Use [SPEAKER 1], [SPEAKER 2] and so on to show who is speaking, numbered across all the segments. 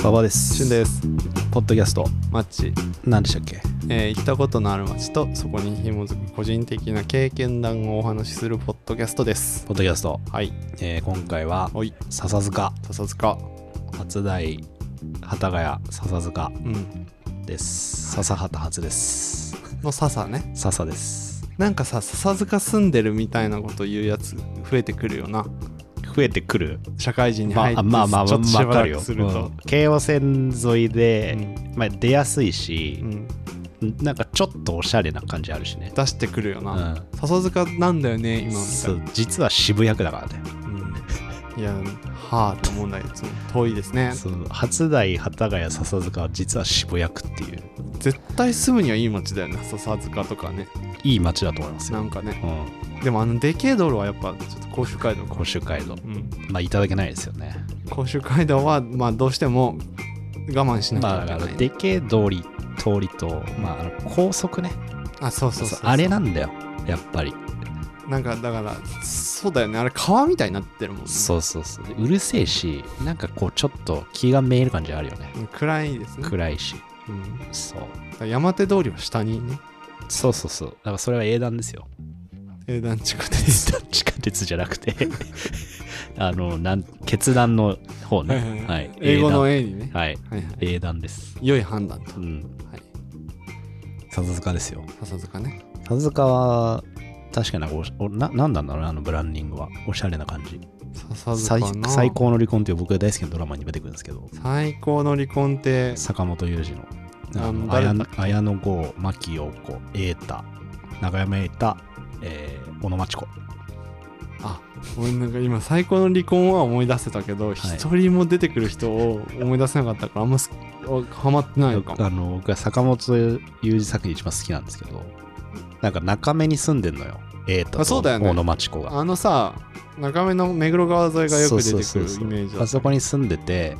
[SPEAKER 1] 馬場です
[SPEAKER 2] 旬です
[SPEAKER 1] ポッドキャスト
[SPEAKER 2] マッチ、
[SPEAKER 1] 何でしたっけ
[SPEAKER 2] えー行ったことのある街とそこに紐づく個人的な経験談をお話しするポッドキャストです
[SPEAKER 1] ポッドキャスト、
[SPEAKER 2] はい
[SPEAKER 1] えー今回は
[SPEAKER 2] おい
[SPEAKER 1] 笹塚
[SPEAKER 2] 笹塚
[SPEAKER 1] 初台幡ヶ谷笹塚
[SPEAKER 2] うん
[SPEAKER 1] です笹畑初です
[SPEAKER 2] の笹ね
[SPEAKER 1] 笹です
[SPEAKER 2] なんかさ笹塚住んでるみたいなこと言うやつ増えてくるよな
[SPEAKER 1] 増えてくる
[SPEAKER 2] 社会人に
[SPEAKER 1] ま
[SPEAKER 2] 入っ
[SPEAKER 1] あ
[SPEAKER 2] て、
[SPEAKER 1] まあまあ
[SPEAKER 2] ちょっとしば
[SPEAKER 1] わからるよ
[SPEAKER 2] くすると、
[SPEAKER 1] 京王線沿いで、まあ、出やすい
[SPEAKER 2] うん
[SPEAKER 1] し、
[SPEAKER 2] うん
[SPEAKER 1] なんかちょっとおしゃれな感じあるしね
[SPEAKER 2] 出してくるよ
[SPEAKER 1] う
[SPEAKER 2] な、
[SPEAKER 1] ん
[SPEAKER 2] 笹塚なんだよね今みた
[SPEAKER 1] そ
[SPEAKER 2] いな
[SPEAKER 1] う実は渋谷区だからね
[SPEAKER 2] うんいやはあと思うんだけどその遠いですね
[SPEAKER 1] そう初台幡ヶ谷笹塚は実は渋谷区っていう
[SPEAKER 2] 絶対住むにはいい街だよね笹塚とかね
[SPEAKER 1] いい街だと思います
[SPEAKER 2] な
[SPEAKER 1] よ、
[SPEAKER 2] んかね
[SPEAKER 1] うん、
[SPEAKER 2] でもあのでけえ道路はやっぱちょっと甲州街道か
[SPEAKER 1] 甲州街道
[SPEAKER 2] うん、
[SPEAKER 1] まあいただけないですよね
[SPEAKER 2] 甲州街道はまあどうしても我慢しなき
[SPEAKER 1] まあ
[SPEAKER 2] ゃ
[SPEAKER 1] だ
[SPEAKER 2] いけ
[SPEAKER 1] か
[SPEAKER 2] な
[SPEAKER 1] ら
[SPEAKER 2] い、
[SPEAKER 1] でけえ通り通りと、まあ、あの高速ね
[SPEAKER 2] あ、そうそうそう
[SPEAKER 1] あれなんだよやっぱり
[SPEAKER 2] なんかだからそうだよねあれ川みたいになってるもんね
[SPEAKER 1] そうそうそうでうるせえしなんかこうちょっと気がめいる感じあるよね
[SPEAKER 2] うん暗いですね、
[SPEAKER 1] 暗いし
[SPEAKER 2] うん、だか
[SPEAKER 1] そう
[SPEAKER 2] ら山手通りは下 にね
[SPEAKER 1] そうそうそうだからそれは英断ですよ
[SPEAKER 2] 英断地区です
[SPEAKER 1] 地下鉄じゃなくて あのなん決断の方ねはい、
[SPEAKER 2] 英語の
[SPEAKER 1] 英
[SPEAKER 2] A にね、
[SPEAKER 1] 断はい
[SPEAKER 2] はいはい
[SPEAKER 1] 英断です
[SPEAKER 2] 良い判断
[SPEAKER 1] う
[SPEAKER 2] と、
[SPEAKER 1] ん
[SPEAKER 2] はい、
[SPEAKER 1] 笹塚ですよ
[SPEAKER 2] 笹塚ね
[SPEAKER 1] 笹塚は確かになんかおしおななんなんだろうねあのブランディングはおしゃれな感じ
[SPEAKER 2] 笹塚
[SPEAKER 1] 最
[SPEAKER 2] の
[SPEAKER 1] 最高の離婚っていう僕が大好きなドラマに出てくるんですけど
[SPEAKER 2] 最高の離婚って
[SPEAKER 1] 坂本龍二のあ
[SPEAKER 2] あの
[SPEAKER 1] の
[SPEAKER 2] 誰
[SPEAKER 1] 綾
[SPEAKER 2] だっ
[SPEAKER 1] 綾野剛牧陽子瑛太永山瑛太、えー、小野真知子
[SPEAKER 2] あ俺なんか今最高の離婚は思い出せたけど一、人も出てくる人を思い出せなかったからあんますおハマってないのかも
[SPEAKER 1] あの僕は坂本龍二作品一番好きなんですけどなんか中目に住んでんのよ瑛太
[SPEAKER 2] あそう
[SPEAKER 1] と
[SPEAKER 2] だよね
[SPEAKER 1] 小野真知子が
[SPEAKER 2] あのさ中目の目黒川沿いがよく出て
[SPEAKER 1] そ
[SPEAKER 2] く
[SPEAKER 1] うそうそう
[SPEAKER 2] る
[SPEAKER 1] そう
[SPEAKER 2] イメージだ
[SPEAKER 1] あそこに住んでて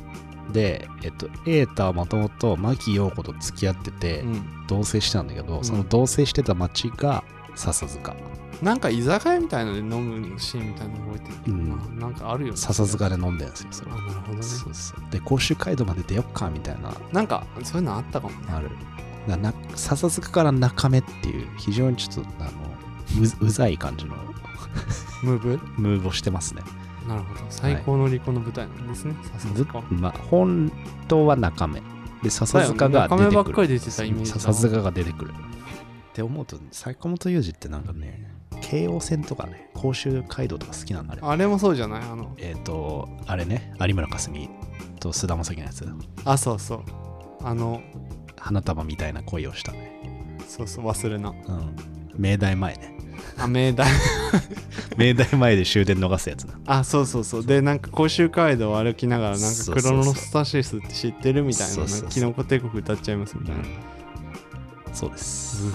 [SPEAKER 1] でえっと瑛太はもともと牧陽子と付き合ってて、
[SPEAKER 2] うん、
[SPEAKER 1] 同棲してたんだけど、
[SPEAKER 2] うん
[SPEAKER 1] その同棲してた町が笹塚
[SPEAKER 2] なんか居酒屋みたいなので飲むシーンみたいなの覚えてるけど
[SPEAKER 1] うん
[SPEAKER 2] まあなんかあるよね
[SPEAKER 1] 笹塚で飲んでるんですよそれ
[SPEAKER 2] あなるほどね
[SPEAKER 1] そうそうで甲州街道まで出よっかみたいな
[SPEAKER 2] なんかそういうのあったかもね
[SPEAKER 1] あるだな笹塚から中目っていう非常にちょっとあのううざい感じの
[SPEAKER 2] ムーブ
[SPEAKER 1] ムーブをしてますね
[SPEAKER 2] なるほど最高の離婚の舞台なんですね、笹
[SPEAKER 1] ず
[SPEAKER 2] 塚
[SPEAKER 1] まあ本当は中目で笹塚が出
[SPEAKER 2] だよね中目ば
[SPEAKER 1] て
[SPEAKER 2] っ
[SPEAKER 1] く
[SPEAKER 2] か
[SPEAKER 1] る
[SPEAKER 2] り出てたイメージだわ
[SPEAKER 1] 笹塚が出てくるって思うと坂本龍二ってなんかね京王線とかね甲州街道とか好きなんだね
[SPEAKER 2] あれもそうじゃないあの
[SPEAKER 1] えっ、と、あれね、有村架純と菅田将暉のやつ、
[SPEAKER 2] あそうそうあの
[SPEAKER 1] 花束みたいな恋をしたね。
[SPEAKER 2] そうそう忘れな
[SPEAKER 1] うん。明大前ね。
[SPEAKER 2] あ明大
[SPEAKER 1] 明大前で終電逃すやつな。
[SPEAKER 2] あそうそうそうでなんか甲州街道を歩きながらなん
[SPEAKER 1] そ
[SPEAKER 2] か
[SPEAKER 1] うそうそ
[SPEAKER 2] ク
[SPEAKER 1] う
[SPEAKER 2] ロノスタシスって知ってるみたいな
[SPEAKER 1] そう
[SPEAKER 2] なん
[SPEAKER 1] そうそう
[SPEAKER 2] かキノコ帝国歌っちゃいますみたいな、
[SPEAKER 1] そうです。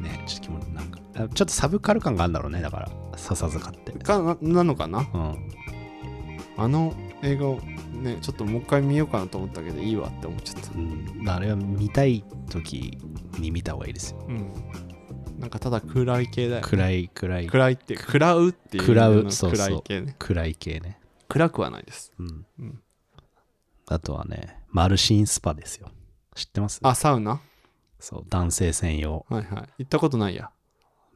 [SPEAKER 1] ね、ちょっと気持ちなんか、あちょっとサブカル感があるんだろうね、だから、笹塚って。
[SPEAKER 2] かななのかな
[SPEAKER 1] うん。
[SPEAKER 2] あの映画をねちょっともう一回見ようかなと思ったけどいいわって思っちゃった
[SPEAKER 1] うん、あれは見たい時に見た方がいいですよ。
[SPEAKER 2] うんなんかただ暗い系だよ
[SPEAKER 1] 暗い、暗い、
[SPEAKER 2] 暗いって食らうっていう
[SPEAKER 1] 食らう
[SPEAKER 2] の
[SPEAKER 1] そうそう
[SPEAKER 2] 暗い系ね
[SPEAKER 1] 暗い系ね。
[SPEAKER 2] 暗くはないです
[SPEAKER 1] うん。
[SPEAKER 2] うん
[SPEAKER 1] あとはね、マルシンスパですよ。知ってます
[SPEAKER 2] あサウナ
[SPEAKER 1] そう、男性専用。
[SPEAKER 2] はいはい行ったことないや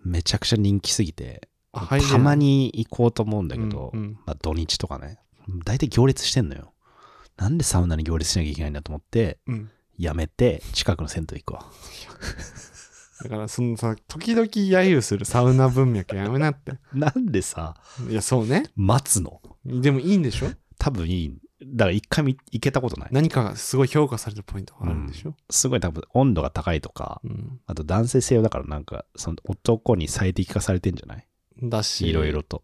[SPEAKER 1] めちゃくちゃ人気すぎて、
[SPEAKER 2] あ入れない
[SPEAKER 1] たまに行こうと思うんだけど、
[SPEAKER 2] うんうん
[SPEAKER 1] まあ、土日とかね、大体行列してんのよ。なんでサウナに行列しなきゃいけないんだと思って、
[SPEAKER 2] うん
[SPEAKER 1] やめて、近くの銭湯行くわ。
[SPEAKER 2] だからそのさ時々揶揄するサウナ文脈やめなって
[SPEAKER 1] なんでさ、
[SPEAKER 2] いやそうね
[SPEAKER 1] 待つの
[SPEAKER 2] でもいいんでしょ
[SPEAKER 1] 多分いい。だから一回見行けたことない。
[SPEAKER 2] 何かがすごい評価されるポイントがあるんでしょ、
[SPEAKER 1] すごい多分温度が高いとか、
[SPEAKER 2] うん
[SPEAKER 1] あと男性性用だからなんか、その男に最適化されてんじゃない
[SPEAKER 2] だし
[SPEAKER 1] いろいろと。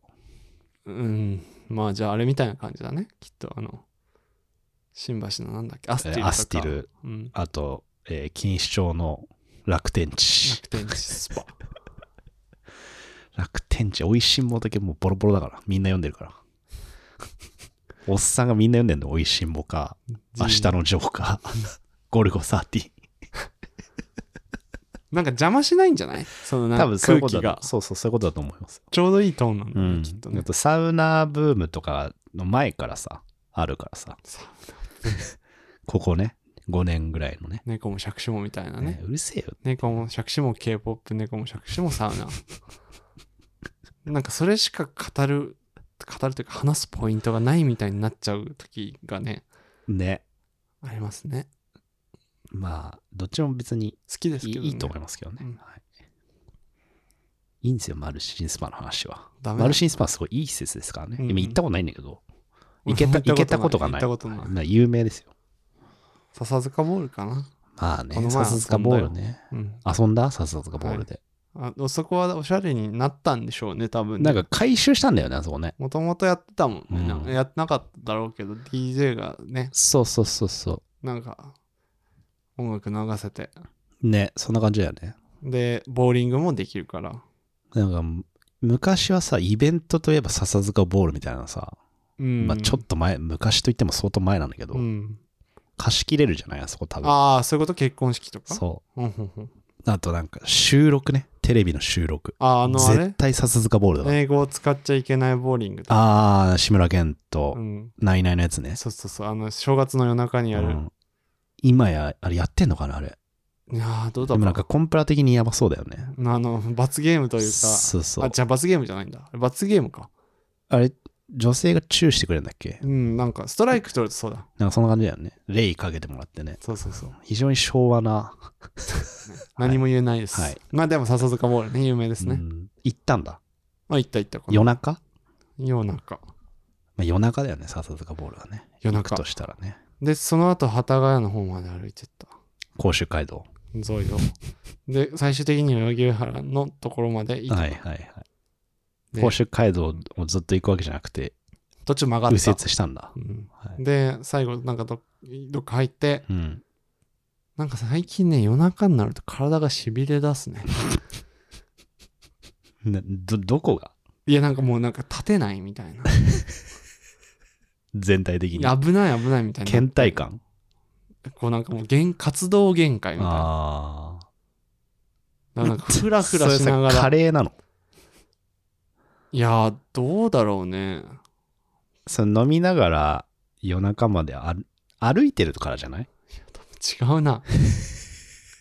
[SPEAKER 2] うんまあじゃああれみたいな感じだねきっとあの新橋のなんだっけアスティルと
[SPEAKER 1] え
[SPEAKER 2] か
[SPEAKER 1] アスティル、
[SPEAKER 2] うん、
[SPEAKER 1] あと、えー錦糸町の楽天地。
[SPEAKER 2] 楽天地スパ
[SPEAKER 1] 楽天地、美味しんぼだけもうボロボロだから、みんな読んでるから。おっさんがみんな読んでんの、美味しんぼか、 明日のジョーか、ゴルゴ13。
[SPEAKER 2] なんか邪魔しないんじゃないそのなん
[SPEAKER 1] 多分
[SPEAKER 2] か
[SPEAKER 1] そういう
[SPEAKER 2] 空
[SPEAKER 1] ことだ
[SPEAKER 2] 気
[SPEAKER 1] と
[SPEAKER 2] が
[SPEAKER 1] そうそう、そういうことだと思います。
[SPEAKER 2] ちょうどいいトーンなんだ
[SPEAKER 1] う
[SPEAKER 2] ね、
[SPEAKER 1] ん
[SPEAKER 2] きっと。
[SPEAKER 1] あ
[SPEAKER 2] ね
[SPEAKER 1] とサウナブームとかの前からさ、あるからさ、ここね、5年ぐらいのね。
[SPEAKER 2] 猫も杓子もみたいなね
[SPEAKER 1] ねうるせえよ。
[SPEAKER 2] 猫も杓子も K-POP 猫も杓子もサウナ なんかそれしか語る語るというか話すポイントがないみたいになっちゃう時がね
[SPEAKER 1] ね。
[SPEAKER 2] ありますね
[SPEAKER 1] まあ、どっちも別に
[SPEAKER 2] 好きです
[SPEAKER 1] いい,、
[SPEAKER 2] けど、ね、
[SPEAKER 1] いと思いますけどね。
[SPEAKER 2] うん
[SPEAKER 1] はい、いいんですよ、マルシンスパの話は。
[SPEAKER 2] ダメだ
[SPEAKER 1] マルシンスパはすごいいい施設ですからね。
[SPEAKER 2] うんうん
[SPEAKER 1] 今行ったことないんだけど、
[SPEAKER 2] 俺
[SPEAKER 1] 行けた
[SPEAKER 2] も
[SPEAKER 1] 行けたことがない
[SPEAKER 2] 行ったことない
[SPEAKER 1] まあ有名ですよ。
[SPEAKER 2] 笹塚ボールかな
[SPEAKER 1] まあね
[SPEAKER 2] この、前
[SPEAKER 1] 笹塚ボールね。
[SPEAKER 2] うん
[SPEAKER 1] 遊んだ笹塚ボールで、
[SPEAKER 2] あそこはおしゃれになったんでしょうね多分
[SPEAKER 1] なんか回収したんだよね、あそこね。
[SPEAKER 2] もともとやってたもんね、
[SPEAKER 1] うん
[SPEAKER 2] なんかやってなかっただろうけど DJ がね
[SPEAKER 1] そうそうそうそ
[SPEAKER 2] なんか音楽流せて
[SPEAKER 1] う。ね、そんな感じだよね。
[SPEAKER 2] でボーリングもできるから
[SPEAKER 1] なんかむ昔はさ、イベントといえば笹塚ボールみたいなさ、
[SPEAKER 2] うん
[SPEAKER 1] まあちょっと前、昔といっても相当前なんだけど、
[SPEAKER 2] うん、
[SPEAKER 1] 貸し切れるじゃないあそこ多分。
[SPEAKER 2] ああそういうこと結婚式とか
[SPEAKER 1] そ
[SPEAKER 2] うんうんうん
[SPEAKER 1] う。あとなんか収録ね、テレビの収録。
[SPEAKER 2] あーあのあ
[SPEAKER 1] 絶
[SPEAKER 2] れ
[SPEAKER 1] 対笹塚ボールだわ。
[SPEAKER 2] 英語を使っちゃいけないボーリングとか
[SPEAKER 1] ああ、志村けんと
[SPEAKER 2] う、ん、
[SPEAKER 1] ナイナイのやつね。
[SPEAKER 2] そうそうそうあの正月の夜中にやる、
[SPEAKER 1] うん今や、あれやってんのかなあれ。
[SPEAKER 2] いやーどうだ
[SPEAKER 1] で
[SPEAKER 2] ろ
[SPEAKER 1] も
[SPEAKER 2] う
[SPEAKER 1] なんかコンプラ的にやばそうだよね。
[SPEAKER 2] あの罰ゲームというか
[SPEAKER 1] そうそう
[SPEAKER 2] あじゃあ罰ゲームじゃないんだあれ罰ゲームか
[SPEAKER 1] あれ、女性がチューしてくれるんだっけ
[SPEAKER 2] うんなんかストライク取るとそうだ
[SPEAKER 1] なんかそんな感じだよね。レイかけてもらってね。
[SPEAKER 2] そうそうそう
[SPEAKER 1] 非常に昭和な。
[SPEAKER 2] 何も言えないです、
[SPEAKER 1] はい
[SPEAKER 2] まあでも笹塚ボールね有名ですね、
[SPEAKER 1] うん行ったんだ。
[SPEAKER 2] あ行った行ったこの
[SPEAKER 1] 夜中、
[SPEAKER 2] 夜中
[SPEAKER 1] まあ、夜中だよね、笹塚ボールはね。
[SPEAKER 2] 夜
[SPEAKER 1] 行く
[SPEAKER 2] 中
[SPEAKER 1] としたらね。
[SPEAKER 2] でその後幡ヶ谷の方まで歩いてった
[SPEAKER 1] 甲州街道。
[SPEAKER 2] 沿いをで最終的には柳原のところまで行っ
[SPEAKER 1] はいはいはい。
[SPEAKER 2] て、
[SPEAKER 1] 甲州街道をずっと行くわけじゃなくて、
[SPEAKER 2] 途中曲がっ
[SPEAKER 1] 右
[SPEAKER 2] た
[SPEAKER 1] 折、したんだ。
[SPEAKER 2] うん
[SPEAKER 1] はい、
[SPEAKER 2] で最後なんかどどっか入って
[SPEAKER 1] うん。
[SPEAKER 2] なんか最近ね夜中になると体がしびれ出すね
[SPEAKER 1] など、どこが
[SPEAKER 2] いやなんかもうなんか立てないみたいな
[SPEAKER 1] 全体的
[SPEAKER 2] い
[SPEAKER 1] に。
[SPEAKER 2] や危ない危ないみたいな
[SPEAKER 1] 倦怠感
[SPEAKER 2] こうなんかもう限活動限界みたいな
[SPEAKER 1] ああ。
[SPEAKER 2] だからなんかフラフラ
[SPEAKER 1] それ
[SPEAKER 2] しなが
[SPEAKER 1] さカ
[SPEAKER 2] ら
[SPEAKER 1] レーなの
[SPEAKER 2] いやーどうだろうね
[SPEAKER 1] その飲みながら夜中まで歩歩いてるからじゃない
[SPEAKER 2] 違 うな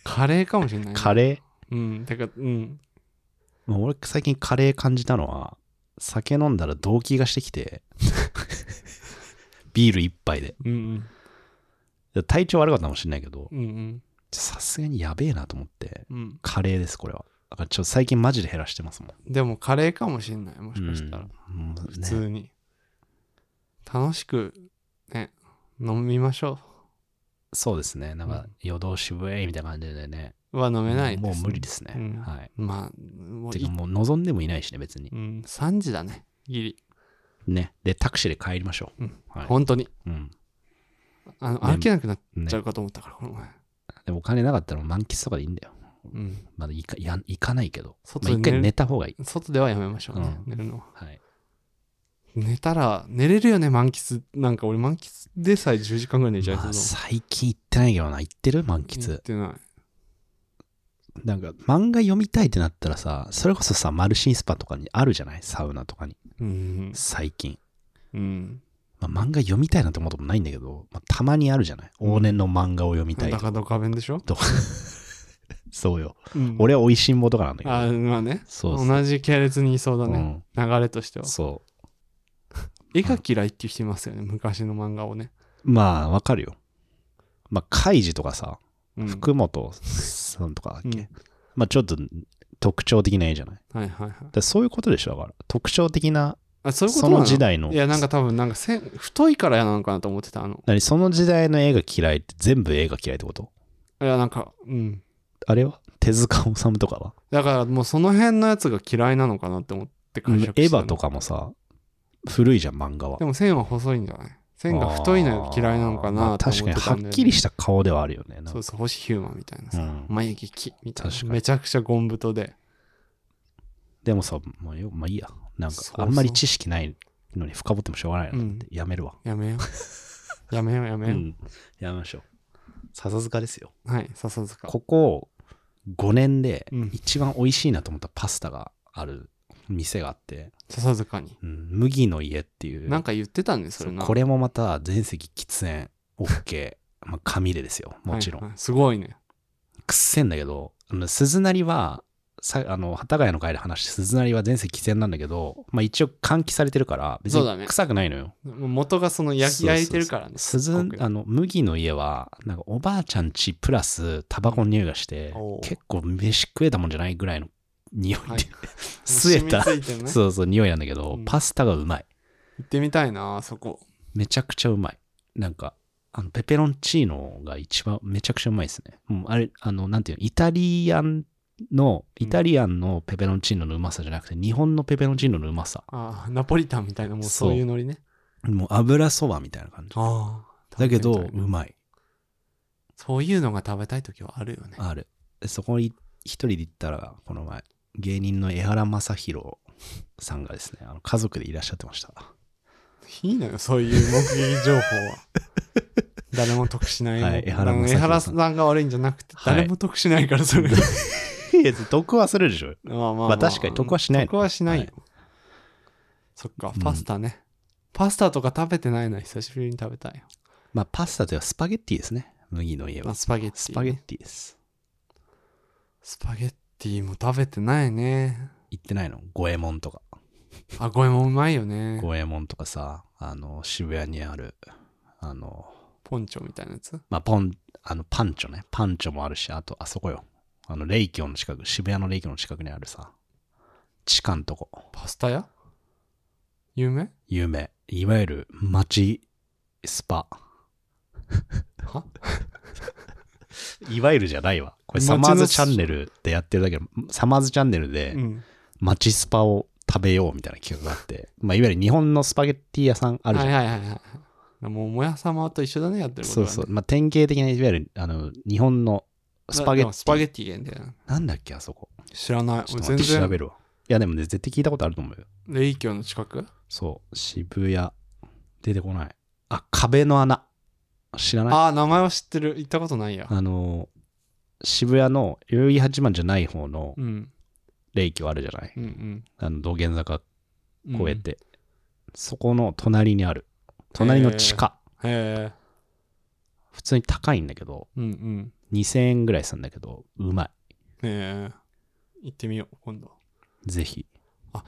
[SPEAKER 2] カレーかもしれない
[SPEAKER 1] カレ
[SPEAKER 2] うんてかうん
[SPEAKER 1] ー、もう俺最近カレー感じたのは酒飲んだら動悸がしてきて ビール一杯で
[SPEAKER 2] うん
[SPEAKER 1] 体調悪かったかもしれないけど
[SPEAKER 2] うんうん
[SPEAKER 1] さすがにやべえなと思って
[SPEAKER 2] うんうん
[SPEAKER 1] カレーですこれはだからちょっと最近マジで減らしてますもん
[SPEAKER 2] でもカレーかもしれないもしかしたら、
[SPEAKER 1] うんもうね
[SPEAKER 2] 普通に、楽しくね飲みましょ
[SPEAKER 1] そうですねなんか
[SPEAKER 2] うん
[SPEAKER 1] 夜通しぶえみたいな感じでね
[SPEAKER 2] うは飲めないです
[SPEAKER 1] もう無理ですね、
[SPEAKER 2] うん
[SPEAKER 1] はい
[SPEAKER 2] まあもう
[SPEAKER 1] て
[SPEAKER 2] い
[SPEAKER 1] かもう望んでもいないしね別に
[SPEAKER 2] うん、3時だねギリ、
[SPEAKER 1] ねでタクシーで帰りましょう、
[SPEAKER 2] うん
[SPEAKER 1] はい
[SPEAKER 2] 本当に
[SPEAKER 1] うん
[SPEAKER 2] あの
[SPEAKER 1] ね
[SPEAKER 2] 歩けなくなっ
[SPEAKER 1] ね
[SPEAKER 2] ちゃうかと思ったから、この前、
[SPEAKER 1] でもお金なかったら満喫とかでいいんだよ。
[SPEAKER 2] うん、
[SPEAKER 1] まだ行かいや行かないけど。まあ
[SPEAKER 2] 外で
[SPEAKER 1] 一
[SPEAKER 2] 寝
[SPEAKER 1] 回
[SPEAKER 2] る、
[SPEAKER 1] 寝た方がいい。
[SPEAKER 2] 外ではやめましょうね、
[SPEAKER 1] うん
[SPEAKER 2] 寝るのは
[SPEAKER 1] はい、
[SPEAKER 2] 寝たら寝れるよね満喫なんか俺満喫でさえ10時間ぐらい寝ちゃいそう
[SPEAKER 1] まあ
[SPEAKER 2] だもん
[SPEAKER 1] 最近行ってないけどな。行ってる満
[SPEAKER 2] 言
[SPEAKER 1] 喫。
[SPEAKER 2] ってない
[SPEAKER 1] なんか漫画読みたいってなったらさ、それこそさ、マルシンスパとかにあるじゃないサウナとかに。
[SPEAKER 2] うん
[SPEAKER 1] 最近。
[SPEAKER 2] うん
[SPEAKER 1] まあ、漫画読みたいなと思ったことないんだけど、まあ、たまにあるじゃない往年の漫画を読みたい
[SPEAKER 2] だ
[SPEAKER 1] と
[SPEAKER 2] からドカ弁でしょ、
[SPEAKER 1] そうよ。
[SPEAKER 2] うん、
[SPEAKER 1] 俺は美味しんぼとかなんだけ
[SPEAKER 2] あ
[SPEAKER 1] ど。
[SPEAKER 2] まあね
[SPEAKER 1] そうそう。
[SPEAKER 2] 同じ系列にいそうだね、流れとして
[SPEAKER 1] う
[SPEAKER 2] は
[SPEAKER 1] ん、そ
[SPEAKER 2] 絵が嫌いっていう人いますよね昔の漫画をね、
[SPEAKER 1] う。まあ、わかるよ。まあ、カイジとかさ、
[SPEAKER 2] うん、
[SPEAKER 1] 福本さんとかだっけ、
[SPEAKER 2] うん
[SPEAKER 1] まあちょっと特徴的な絵じゃない。だか
[SPEAKER 2] はいはいはい
[SPEAKER 1] らそういうことでしょ、だから。特徴的な、
[SPEAKER 2] あそういうこと
[SPEAKER 1] そ
[SPEAKER 2] なの
[SPEAKER 1] の時代の。
[SPEAKER 2] いやなんか多分なんかせん太いから嫌なのかなと思ってたあの
[SPEAKER 1] 何その時代の絵が嫌いって全部絵が嫌いってこと
[SPEAKER 2] いやなんかうん
[SPEAKER 1] あれは手塚治虫とかは、
[SPEAKER 2] だからもうその辺のやつが嫌いなのかなって思っ
[SPEAKER 1] エ
[SPEAKER 2] て解釈
[SPEAKER 1] ヴ
[SPEAKER 2] して
[SPEAKER 1] ァと
[SPEAKER 2] か
[SPEAKER 1] かもさ、古いじゃん、漫画は
[SPEAKER 2] で。も線は細いんじゃない線が太いのが嫌いなのか
[SPEAKER 1] あ
[SPEAKER 2] な
[SPEAKER 1] ー
[SPEAKER 2] と思
[SPEAKER 1] 確か
[SPEAKER 2] ってたんだよね
[SPEAKER 1] に、はっきりした顔ではあるよね。なんか
[SPEAKER 2] そうそう星ヒューマンみたいな
[SPEAKER 1] う
[SPEAKER 2] さ、
[SPEAKER 1] ん
[SPEAKER 2] 眉毛キみたい
[SPEAKER 1] 確か
[SPEAKER 2] な
[SPEAKER 1] に
[SPEAKER 2] めちゃくちゃゴン太で
[SPEAKER 1] でもさ、もうよまあいいや。なんか
[SPEAKER 2] そう、そ
[SPEAKER 1] あ
[SPEAKER 2] う
[SPEAKER 1] んまり知識ないのに深掘ってもしょうがないなと思って、やめるわ。
[SPEAKER 2] やめよ うやめようやめ
[SPEAKER 1] う
[SPEAKER 2] よう、
[SPEAKER 1] ん。やめましょう。笹塚ですよ。
[SPEAKER 2] はい笹塚
[SPEAKER 1] ここ5年で
[SPEAKER 2] うん
[SPEAKER 1] 一番美味しいなと思ったパスタがある店があって、
[SPEAKER 2] 笹塚に
[SPEAKER 1] うん麦の家っていう
[SPEAKER 2] なんか言ってたんですそれな
[SPEAKER 1] これもまた全席喫煙 OK まあ、紙でですよもちろん、
[SPEAKER 2] はいはいすごいね。
[SPEAKER 1] くっせえんだけどあの鈴なりはさあの幡ヶ谷の会で話して鈴なりは全席既然なんだけど、まあ、一応換気されてるから別
[SPEAKER 2] そうだ
[SPEAKER 1] に
[SPEAKER 2] ね
[SPEAKER 1] 臭くないのよ、
[SPEAKER 2] もう元がその焼き焼いてるからね。
[SPEAKER 1] そうそう
[SPEAKER 2] す
[SPEAKER 1] そう
[SPEAKER 2] ごく
[SPEAKER 1] 鈴あの麦の家はなんかおばあちゃん家プラスタバコの匂いがして
[SPEAKER 2] おう
[SPEAKER 1] 結構飯食えたもんじゃないぐらいの匂いで、
[SPEAKER 2] はい
[SPEAKER 1] 吸えた
[SPEAKER 2] 染みついてるね。
[SPEAKER 1] そうそう匂いなんだけど、
[SPEAKER 2] うん
[SPEAKER 1] パスタがうまい
[SPEAKER 2] 行ってみたいな、そこ。
[SPEAKER 1] めちゃくちゃうまいなんかあのペペロンチーノが一番めちゃくちゃうまいですねもうあれあのなんていうのイタリアンのイタリアンのペペロンチーノのうまさじゃなくて日本のペペロンチーノのうまさ
[SPEAKER 2] ああ、ナポリタンみたいな、もうそういうノリね。
[SPEAKER 1] もう油そばみたいな感じ
[SPEAKER 2] ああ。
[SPEAKER 1] だけど
[SPEAKER 2] 食べてみたいうな
[SPEAKER 1] まい
[SPEAKER 2] そういうのが食べたい時はあるよね。
[SPEAKER 1] ある。そこに一人で行ったら、この前、芸人の江原正宏さんがですね、あの家族でいらっしゃってま した。
[SPEAKER 2] いいのよ、そういう目撃情報 は。誰も得しないよ。
[SPEAKER 1] はい江原
[SPEAKER 2] なんか
[SPEAKER 1] 正
[SPEAKER 2] 江
[SPEAKER 1] 宏さん
[SPEAKER 2] 原さんが悪いんじゃなくて、
[SPEAKER 1] はい
[SPEAKER 2] 誰も得しないから、それ。
[SPEAKER 1] いや、得はするでしょ。
[SPEAKER 2] まあまあまあ
[SPEAKER 1] まあ確かに得はしない
[SPEAKER 2] 得はしないよ。
[SPEAKER 1] はい
[SPEAKER 2] そっか
[SPEAKER 1] う、ん
[SPEAKER 2] パスタね。パスタとか食べてないな、久しぶりに食べたいよ。
[SPEAKER 1] まあ、パスタというかスパゲッティですね。麦の家
[SPEAKER 2] まあ
[SPEAKER 1] は。
[SPEAKER 2] スパゲッティ、
[SPEAKER 1] スパゲッティです。
[SPEAKER 2] スパゲッティも食べてないね。
[SPEAKER 1] 行ってないの五右衛門とか。
[SPEAKER 2] あ、ごえもうまいよね
[SPEAKER 1] 五。右衛門とかさ、あの、渋谷にある、あの、
[SPEAKER 2] ポンチョみたいなやつ。
[SPEAKER 1] まあ、ポン、あの、パンチョね。パンチョもあるし、あと、あそこよ。あの、霊橋の近く、渋谷の霊橋の近くにあるさ、地下んとこ。
[SPEAKER 2] パスタ屋有名
[SPEAKER 1] 有名。いわゆる街スパ。
[SPEAKER 2] はい
[SPEAKER 1] わゆるじゃないわ。これ
[SPEAKER 2] 街
[SPEAKER 1] サ
[SPEAKER 2] の
[SPEAKER 1] マーズチャンネルでやってるだけど、サマーズチャンネル
[SPEAKER 2] う
[SPEAKER 1] で
[SPEAKER 2] ん。
[SPEAKER 1] 街スパを食べようみたいな企画があって、まあ、いわゆる日本のスパゲッティ屋さんあるじゃん。
[SPEAKER 2] はいはいはいはい。もう、もやさまと一緒だね、やってること
[SPEAKER 1] そ
[SPEAKER 2] は
[SPEAKER 1] う
[SPEAKER 2] ね、
[SPEAKER 1] そう。まあ、典型的ないわゆるあの日本のスパゲッ
[SPEAKER 2] で
[SPEAKER 1] テ
[SPEAKER 2] も
[SPEAKER 1] ィ。
[SPEAKER 2] スパゲッティやんだよな。
[SPEAKER 1] なんだっけ、あそこ。
[SPEAKER 2] 知らない。
[SPEAKER 1] ちょっと待
[SPEAKER 2] 俺
[SPEAKER 1] っ
[SPEAKER 2] 全
[SPEAKER 1] て調
[SPEAKER 2] 然
[SPEAKER 1] べ、るわ。いや、でもね、絶対聞いたことあると思うよ。
[SPEAKER 2] 霊橋の近く
[SPEAKER 1] そう。渋谷。出てこない。あ、壁の穴。知らない
[SPEAKER 2] ああ、名前は知ってる。行ったことないや。
[SPEAKER 1] あの、渋谷の代々木八幡じゃない方の
[SPEAKER 2] うん。
[SPEAKER 1] 霊橋あるじゃない、
[SPEAKER 2] うんうん
[SPEAKER 1] あの道玄坂
[SPEAKER 2] うん。
[SPEAKER 1] 越えて、そこの隣にある隣の地下、
[SPEAKER 2] へえ。
[SPEAKER 1] 普通に高いんだけど
[SPEAKER 2] うんうん。
[SPEAKER 1] 2000円ぐらいするんだけどうま
[SPEAKER 2] へえ。行ってみよう、今度。
[SPEAKER 1] いぜひ
[SPEAKER 2] は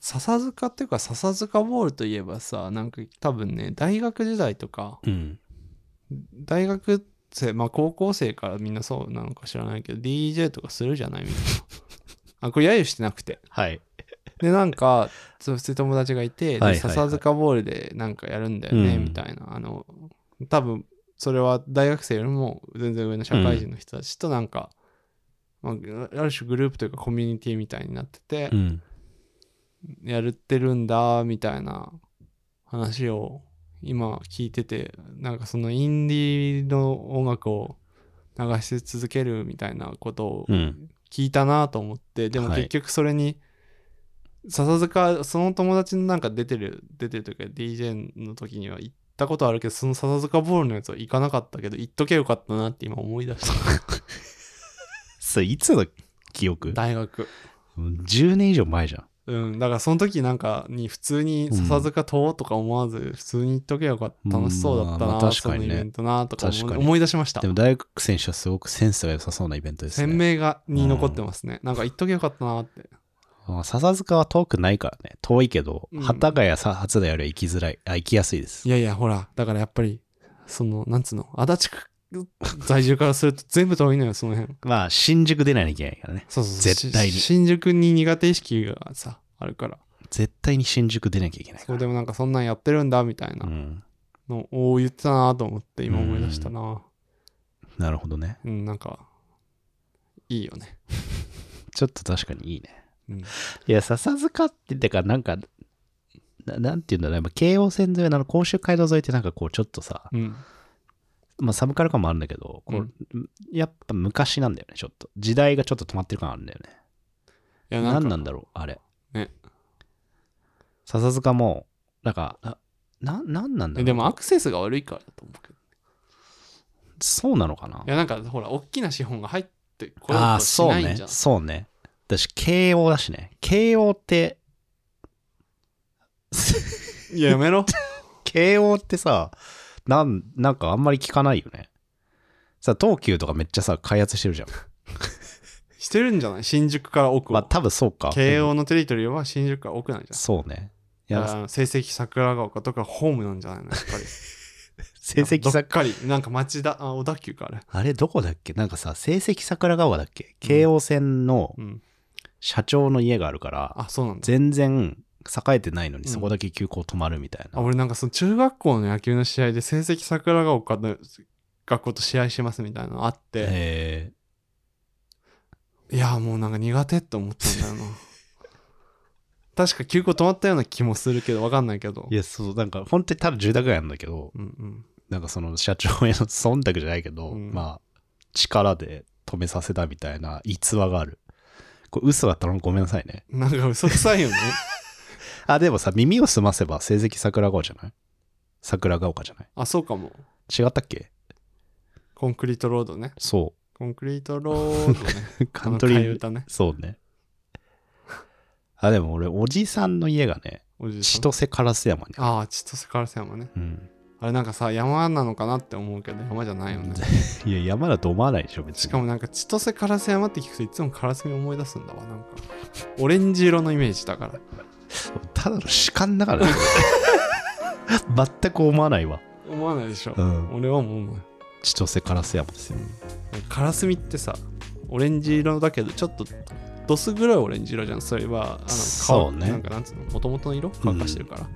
[SPEAKER 2] 笹塚っていうか笹塚ボールといえばさなんか多分ね大学時代とか
[SPEAKER 1] うん
[SPEAKER 2] 大学生まあ高校生からみんなそうなのか知らないけど DJ とかするじゃないみ んなあこれ揶揄してなくて
[SPEAKER 1] はい
[SPEAKER 2] でなんかそう普通に友達がい
[SPEAKER 1] はい
[SPEAKER 2] て、
[SPEAKER 1] はいは
[SPEAKER 2] で
[SPEAKER 1] い
[SPEAKER 2] 笹塚ボールでなんかやるんだよね、
[SPEAKER 1] うん
[SPEAKER 2] みたいなあの多分それは大学生よりも全然上の社会人の人たちとなんか、まあ、ある種グループというかコミュニティみたいになってて
[SPEAKER 1] う、ん
[SPEAKER 2] やるってるんだみたいな話を今聞いててなんかそのインディーの音楽を流し続けるみたいなことを
[SPEAKER 1] うん
[SPEAKER 2] 聞いたなと思って、でも
[SPEAKER 1] はい
[SPEAKER 2] 結局それに笹塚その友達のなんか出てる出てるというか DJ の時には行ったことあるけどその笹塚ボールのやつは行かなかったけど行っとけよかったなって今思い出した
[SPEAKER 1] それいつの記憶
[SPEAKER 2] 大学
[SPEAKER 1] 10年以上前じゃん
[SPEAKER 2] うんだからその時なんかに普通に笹塚ととか思わず普通に行っとけばよかった、
[SPEAKER 1] うん
[SPEAKER 2] 楽しそうだった
[SPEAKER 1] ま
[SPEAKER 2] な、
[SPEAKER 1] あまあ確
[SPEAKER 2] その
[SPEAKER 1] か
[SPEAKER 2] イ
[SPEAKER 1] にね
[SPEAKER 2] ベントなとか思い
[SPEAKER 1] 確かに
[SPEAKER 2] 思い出しました
[SPEAKER 1] でも大学選手はすごくセンスが良さそうなイベントです
[SPEAKER 2] 鮮
[SPEAKER 1] ね
[SPEAKER 2] 明がに残ってますね、なんか行っとけばよかったなって
[SPEAKER 1] あ笹塚は遠くないからね遠いけど
[SPEAKER 2] うん
[SPEAKER 1] 幡ヶ谷さ初だよりは行きづらいあ行きやすいです
[SPEAKER 2] いやいやほらだからやっぱりそのなんつうの足立区在住からすると全部遠いのよその辺
[SPEAKER 1] まあ新宿出ないといけないからね
[SPEAKER 2] そうそうそう
[SPEAKER 1] 絶対に
[SPEAKER 2] し新宿に苦手意識がさあるから
[SPEAKER 1] 絶対に新宿出なきゃいけない
[SPEAKER 2] そ
[SPEAKER 1] か
[SPEAKER 2] う
[SPEAKER 1] ら
[SPEAKER 2] でもなんかそんなんやってるんだみたいな
[SPEAKER 1] うん
[SPEAKER 2] のを言ってたなと思って今思い出したな
[SPEAKER 1] なるほどね
[SPEAKER 2] うん、なんかいいよね
[SPEAKER 1] ちょっと確かにいいね
[SPEAKER 2] うん
[SPEAKER 1] いや、笹塚って、てか、なんか、ななんていうんだろうね、まあ京王線沿いのあの甲州街道沿いってなんかこう、ちょっとさ、
[SPEAKER 2] うん
[SPEAKER 1] まあ、サブカル感もあるんだけど、こうやっぱ昔なんだよね、ちょっと。時代がちょっと止まってる感あるんだよね。
[SPEAKER 2] いや
[SPEAKER 1] 何
[SPEAKER 2] な
[SPEAKER 1] なんん
[SPEAKER 2] か
[SPEAKER 1] だろう、あれ。
[SPEAKER 2] ね
[SPEAKER 1] 笹塚も、なんか、あな、なんなんだろ
[SPEAKER 2] え
[SPEAKER 1] う。
[SPEAKER 2] でもアクセスが悪いからだと思うけど
[SPEAKER 1] そうなのかない
[SPEAKER 2] やなんかほら大きな資本が入ってこよ
[SPEAKER 1] あ
[SPEAKER 2] う
[SPEAKER 1] あ、
[SPEAKER 2] とし
[SPEAKER 1] そう
[SPEAKER 2] ないん
[SPEAKER 1] ね
[SPEAKER 2] じゃ。ん
[SPEAKER 1] そうね。だし、慶応だしね。慶応って、
[SPEAKER 2] いややめろ
[SPEAKER 1] 慶応ってさ、なん、なんかあんまり聞かないよね。さ、東急とかめっちゃさ、開発してるじゃん。
[SPEAKER 2] してるんじゃない新宿から奥を、
[SPEAKER 1] まあ、多分そうか。
[SPEAKER 2] 慶
[SPEAKER 1] う
[SPEAKER 2] 応
[SPEAKER 1] ん
[SPEAKER 2] のテリトリーは新宿から奥なんじゃない
[SPEAKER 1] そうね。い
[SPEAKER 2] だ
[SPEAKER 1] や、
[SPEAKER 2] から成績桜ヶ丘とかホームなんじゃないのやっぱり
[SPEAKER 1] 成績
[SPEAKER 2] ど
[SPEAKER 1] さ
[SPEAKER 2] っ、かりなんか町田あ小田急かあれ
[SPEAKER 1] あれどこだっけなんかさ、成績桜川だっけ京王線の
[SPEAKER 2] うん
[SPEAKER 1] 社長の家があるから、
[SPEAKER 2] あそうなんだ
[SPEAKER 1] 全然栄えてないのに
[SPEAKER 2] うん
[SPEAKER 1] そこだけ休校止まるみたいな。
[SPEAKER 2] あ俺なんかその中学校の野球の試合で成績桜ヶ丘の学校と試合しますみたいなのあって、
[SPEAKER 1] え
[SPEAKER 2] いやもうなんか苦手って思ったんだよな 確か休校止まったような気もするけどわかんないけど
[SPEAKER 1] ーいや、そう、なんか本当にただ住宅街なんだけど、
[SPEAKER 2] うん
[SPEAKER 1] なんかその社長への忖度じゃないけど、
[SPEAKER 2] うん
[SPEAKER 1] まあ、力で止めさせたみたいな逸話がある。これ嘘だったのごめんなさいね。
[SPEAKER 2] うんなんか嘘くさいよね
[SPEAKER 1] あ、でもさ、耳を澄ませば成績桜川じゃない桜川丘じゃない
[SPEAKER 2] あそうかも
[SPEAKER 1] 違ったっけ
[SPEAKER 2] コンクリートロードね
[SPEAKER 1] そ
[SPEAKER 2] コンクリートロードね
[SPEAKER 1] う。 カントリ
[SPEAKER 2] あの替え
[SPEAKER 1] ー、
[SPEAKER 2] 歌ね
[SPEAKER 1] そうね。あ、でも俺、おじさんの家がね、
[SPEAKER 2] おじ
[SPEAKER 1] 千
[SPEAKER 2] さん
[SPEAKER 1] 歳烏山にあ
[SPEAKER 2] ああ千歳烏山ね
[SPEAKER 1] る。うん。
[SPEAKER 2] あれなんかさ山なのかなって思うけど山じゃないよね
[SPEAKER 1] いや、山だと思わないでしょ、別に。
[SPEAKER 2] しかもなんか千歳烏山って聞くといつも烏山思い出すんだわなんかオレンジ色のイメージだから
[SPEAKER 1] ただの主観だ からね。全く思わないわ。
[SPEAKER 2] 思わないでしょ、
[SPEAKER 1] ん。
[SPEAKER 2] 俺はもう思う
[SPEAKER 1] 千歳烏山ですよ。
[SPEAKER 2] カラスミってさオレンジ色だけどちょっとどす黒いオレンジ色じゃんそれはあの
[SPEAKER 1] そうね
[SPEAKER 2] なんかなんつうのもともとの色乾かしてるから、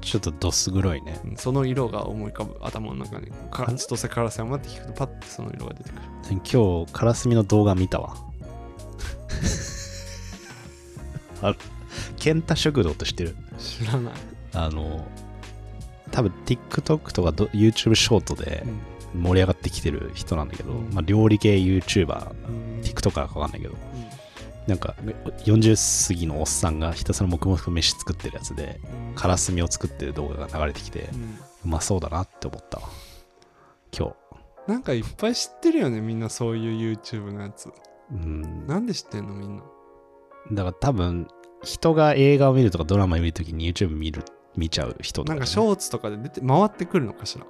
[SPEAKER 1] ちょっとどす黒いね。
[SPEAKER 2] うんその色が思い浮かぶ頭の中にか千歳烏山って聞くとパッてその色が出てくる
[SPEAKER 1] 今日、カラスミの動画見たわ。 あの、ケンタ食堂って知ってる
[SPEAKER 2] 知らない、
[SPEAKER 1] あの、多分 TikTok とかど YouTube ショートで
[SPEAKER 2] うん
[SPEAKER 1] 盛り上がってきてる人なんだけど、
[SPEAKER 2] うん
[SPEAKER 1] まあ、料理系 YouTuber、
[SPEAKER 2] うん
[SPEAKER 1] TikToker かわかんないけど、なんか40過ぎのおっさんがひたすら黙々と飯作ってるやつで、
[SPEAKER 2] うん
[SPEAKER 1] カラスミを作ってる動画が流れてきて、
[SPEAKER 2] うん
[SPEAKER 1] うまそうだなって思ったわ。今
[SPEAKER 2] なんかいっぱい知ってるよねみんなそういう YouTube のやつ
[SPEAKER 1] 日。うん。
[SPEAKER 2] なんで知ってんのみんな
[SPEAKER 1] だから多分、人が映画を見るとかドラマ見るときに YouTube 見る、見ちゃう人とか、
[SPEAKER 2] なん
[SPEAKER 1] ね。
[SPEAKER 2] かショーツとかで出て回ってくるのかしら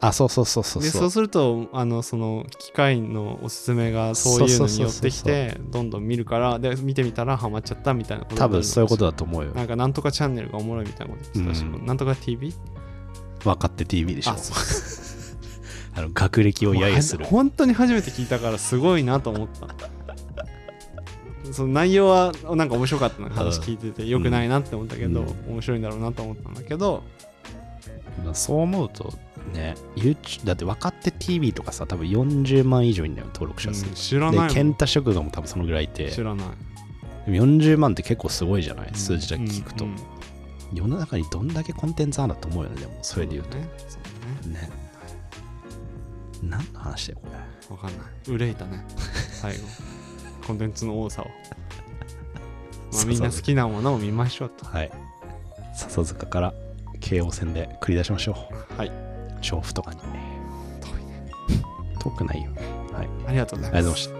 [SPEAKER 1] あ、そうそうそうそう
[SPEAKER 2] で
[SPEAKER 1] そう
[SPEAKER 2] そうするとあのその機械のおすすめがそういうのに
[SPEAKER 1] そ
[SPEAKER 2] 寄ってき
[SPEAKER 1] うそうそう
[SPEAKER 2] てどんどん見るからで見てみたらハマっちゃったみたいなことにな
[SPEAKER 1] 多
[SPEAKER 2] る
[SPEAKER 1] 分
[SPEAKER 2] のかし
[SPEAKER 1] そ
[SPEAKER 2] ら
[SPEAKER 1] ういうことだと思うよ。
[SPEAKER 2] なんかなんとかチャンネルがおもろいみたいなこと言ってたし、
[SPEAKER 1] うん
[SPEAKER 2] なんとか TV?
[SPEAKER 1] 分かって TV でしょ。
[SPEAKER 2] あそう
[SPEAKER 1] あの学歴を揶揄する
[SPEAKER 2] もう。本当に初めて聞いたからすごいなと思ったその内容はなんか面白かったな話聞いててよくないなって思ったけど、
[SPEAKER 1] うん
[SPEAKER 2] 面白いんだろうなと思ったんだけど、
[SPEAKER 1] まあそう思うとね、YouTube、だって分かって TV とかさ、多分40万以上いんだよ、登録
[SPEAKER 2] う
[SPEAKER 1] 者
[SPEAKER 2] ん
[SPEAKER 1] 数。
[SPEAKER 2] 知ら
[SPEAKER 1] で、
[SPEAKER 2] ない
[SPEAKER 1] ケ
[SPEAKER 2] も
[SPEAKER 1] ン
[SPEAKER 2] ん
[SPEAKER 1] タ食堂も多分そのぐらいいて、
[SPEAKER 2] 知らない
[SPEAKER 1] でも40万って結構すごいじゃない、数字だけ聞くと。
[SPEAKER 2] うんうん
[SPEAKER 1] 世の中にどんだけコンテンツあるんだと思うよね、でも、それで言うと。
[SPEAKER 2] そうだねそうだね
[SPEAKER 1] ね。何の話だよ、これ。
[SPEAKER 2] わかんない。憂いた ね。最後。コンテンツの多さを。ま
[SPEAKER 1] そう
[SPEAKER 2] あ、
[SPEAKER 1] そう
[SPEAKER 2] みんな好きなものを見ましょうと。
[SPEAKER 1] はい。笹塚から京王線で繰り出しましょ
[SPEAKER 2] はい。
[SPEAKER 1] う。調布とかに。遠くないよ。はい。
[SPEAKER 2] ありがとうござい
[SPEAKER 1] ありがとうござい
[SPEAKER 2] ます
[SPEAKER 1] ま。した。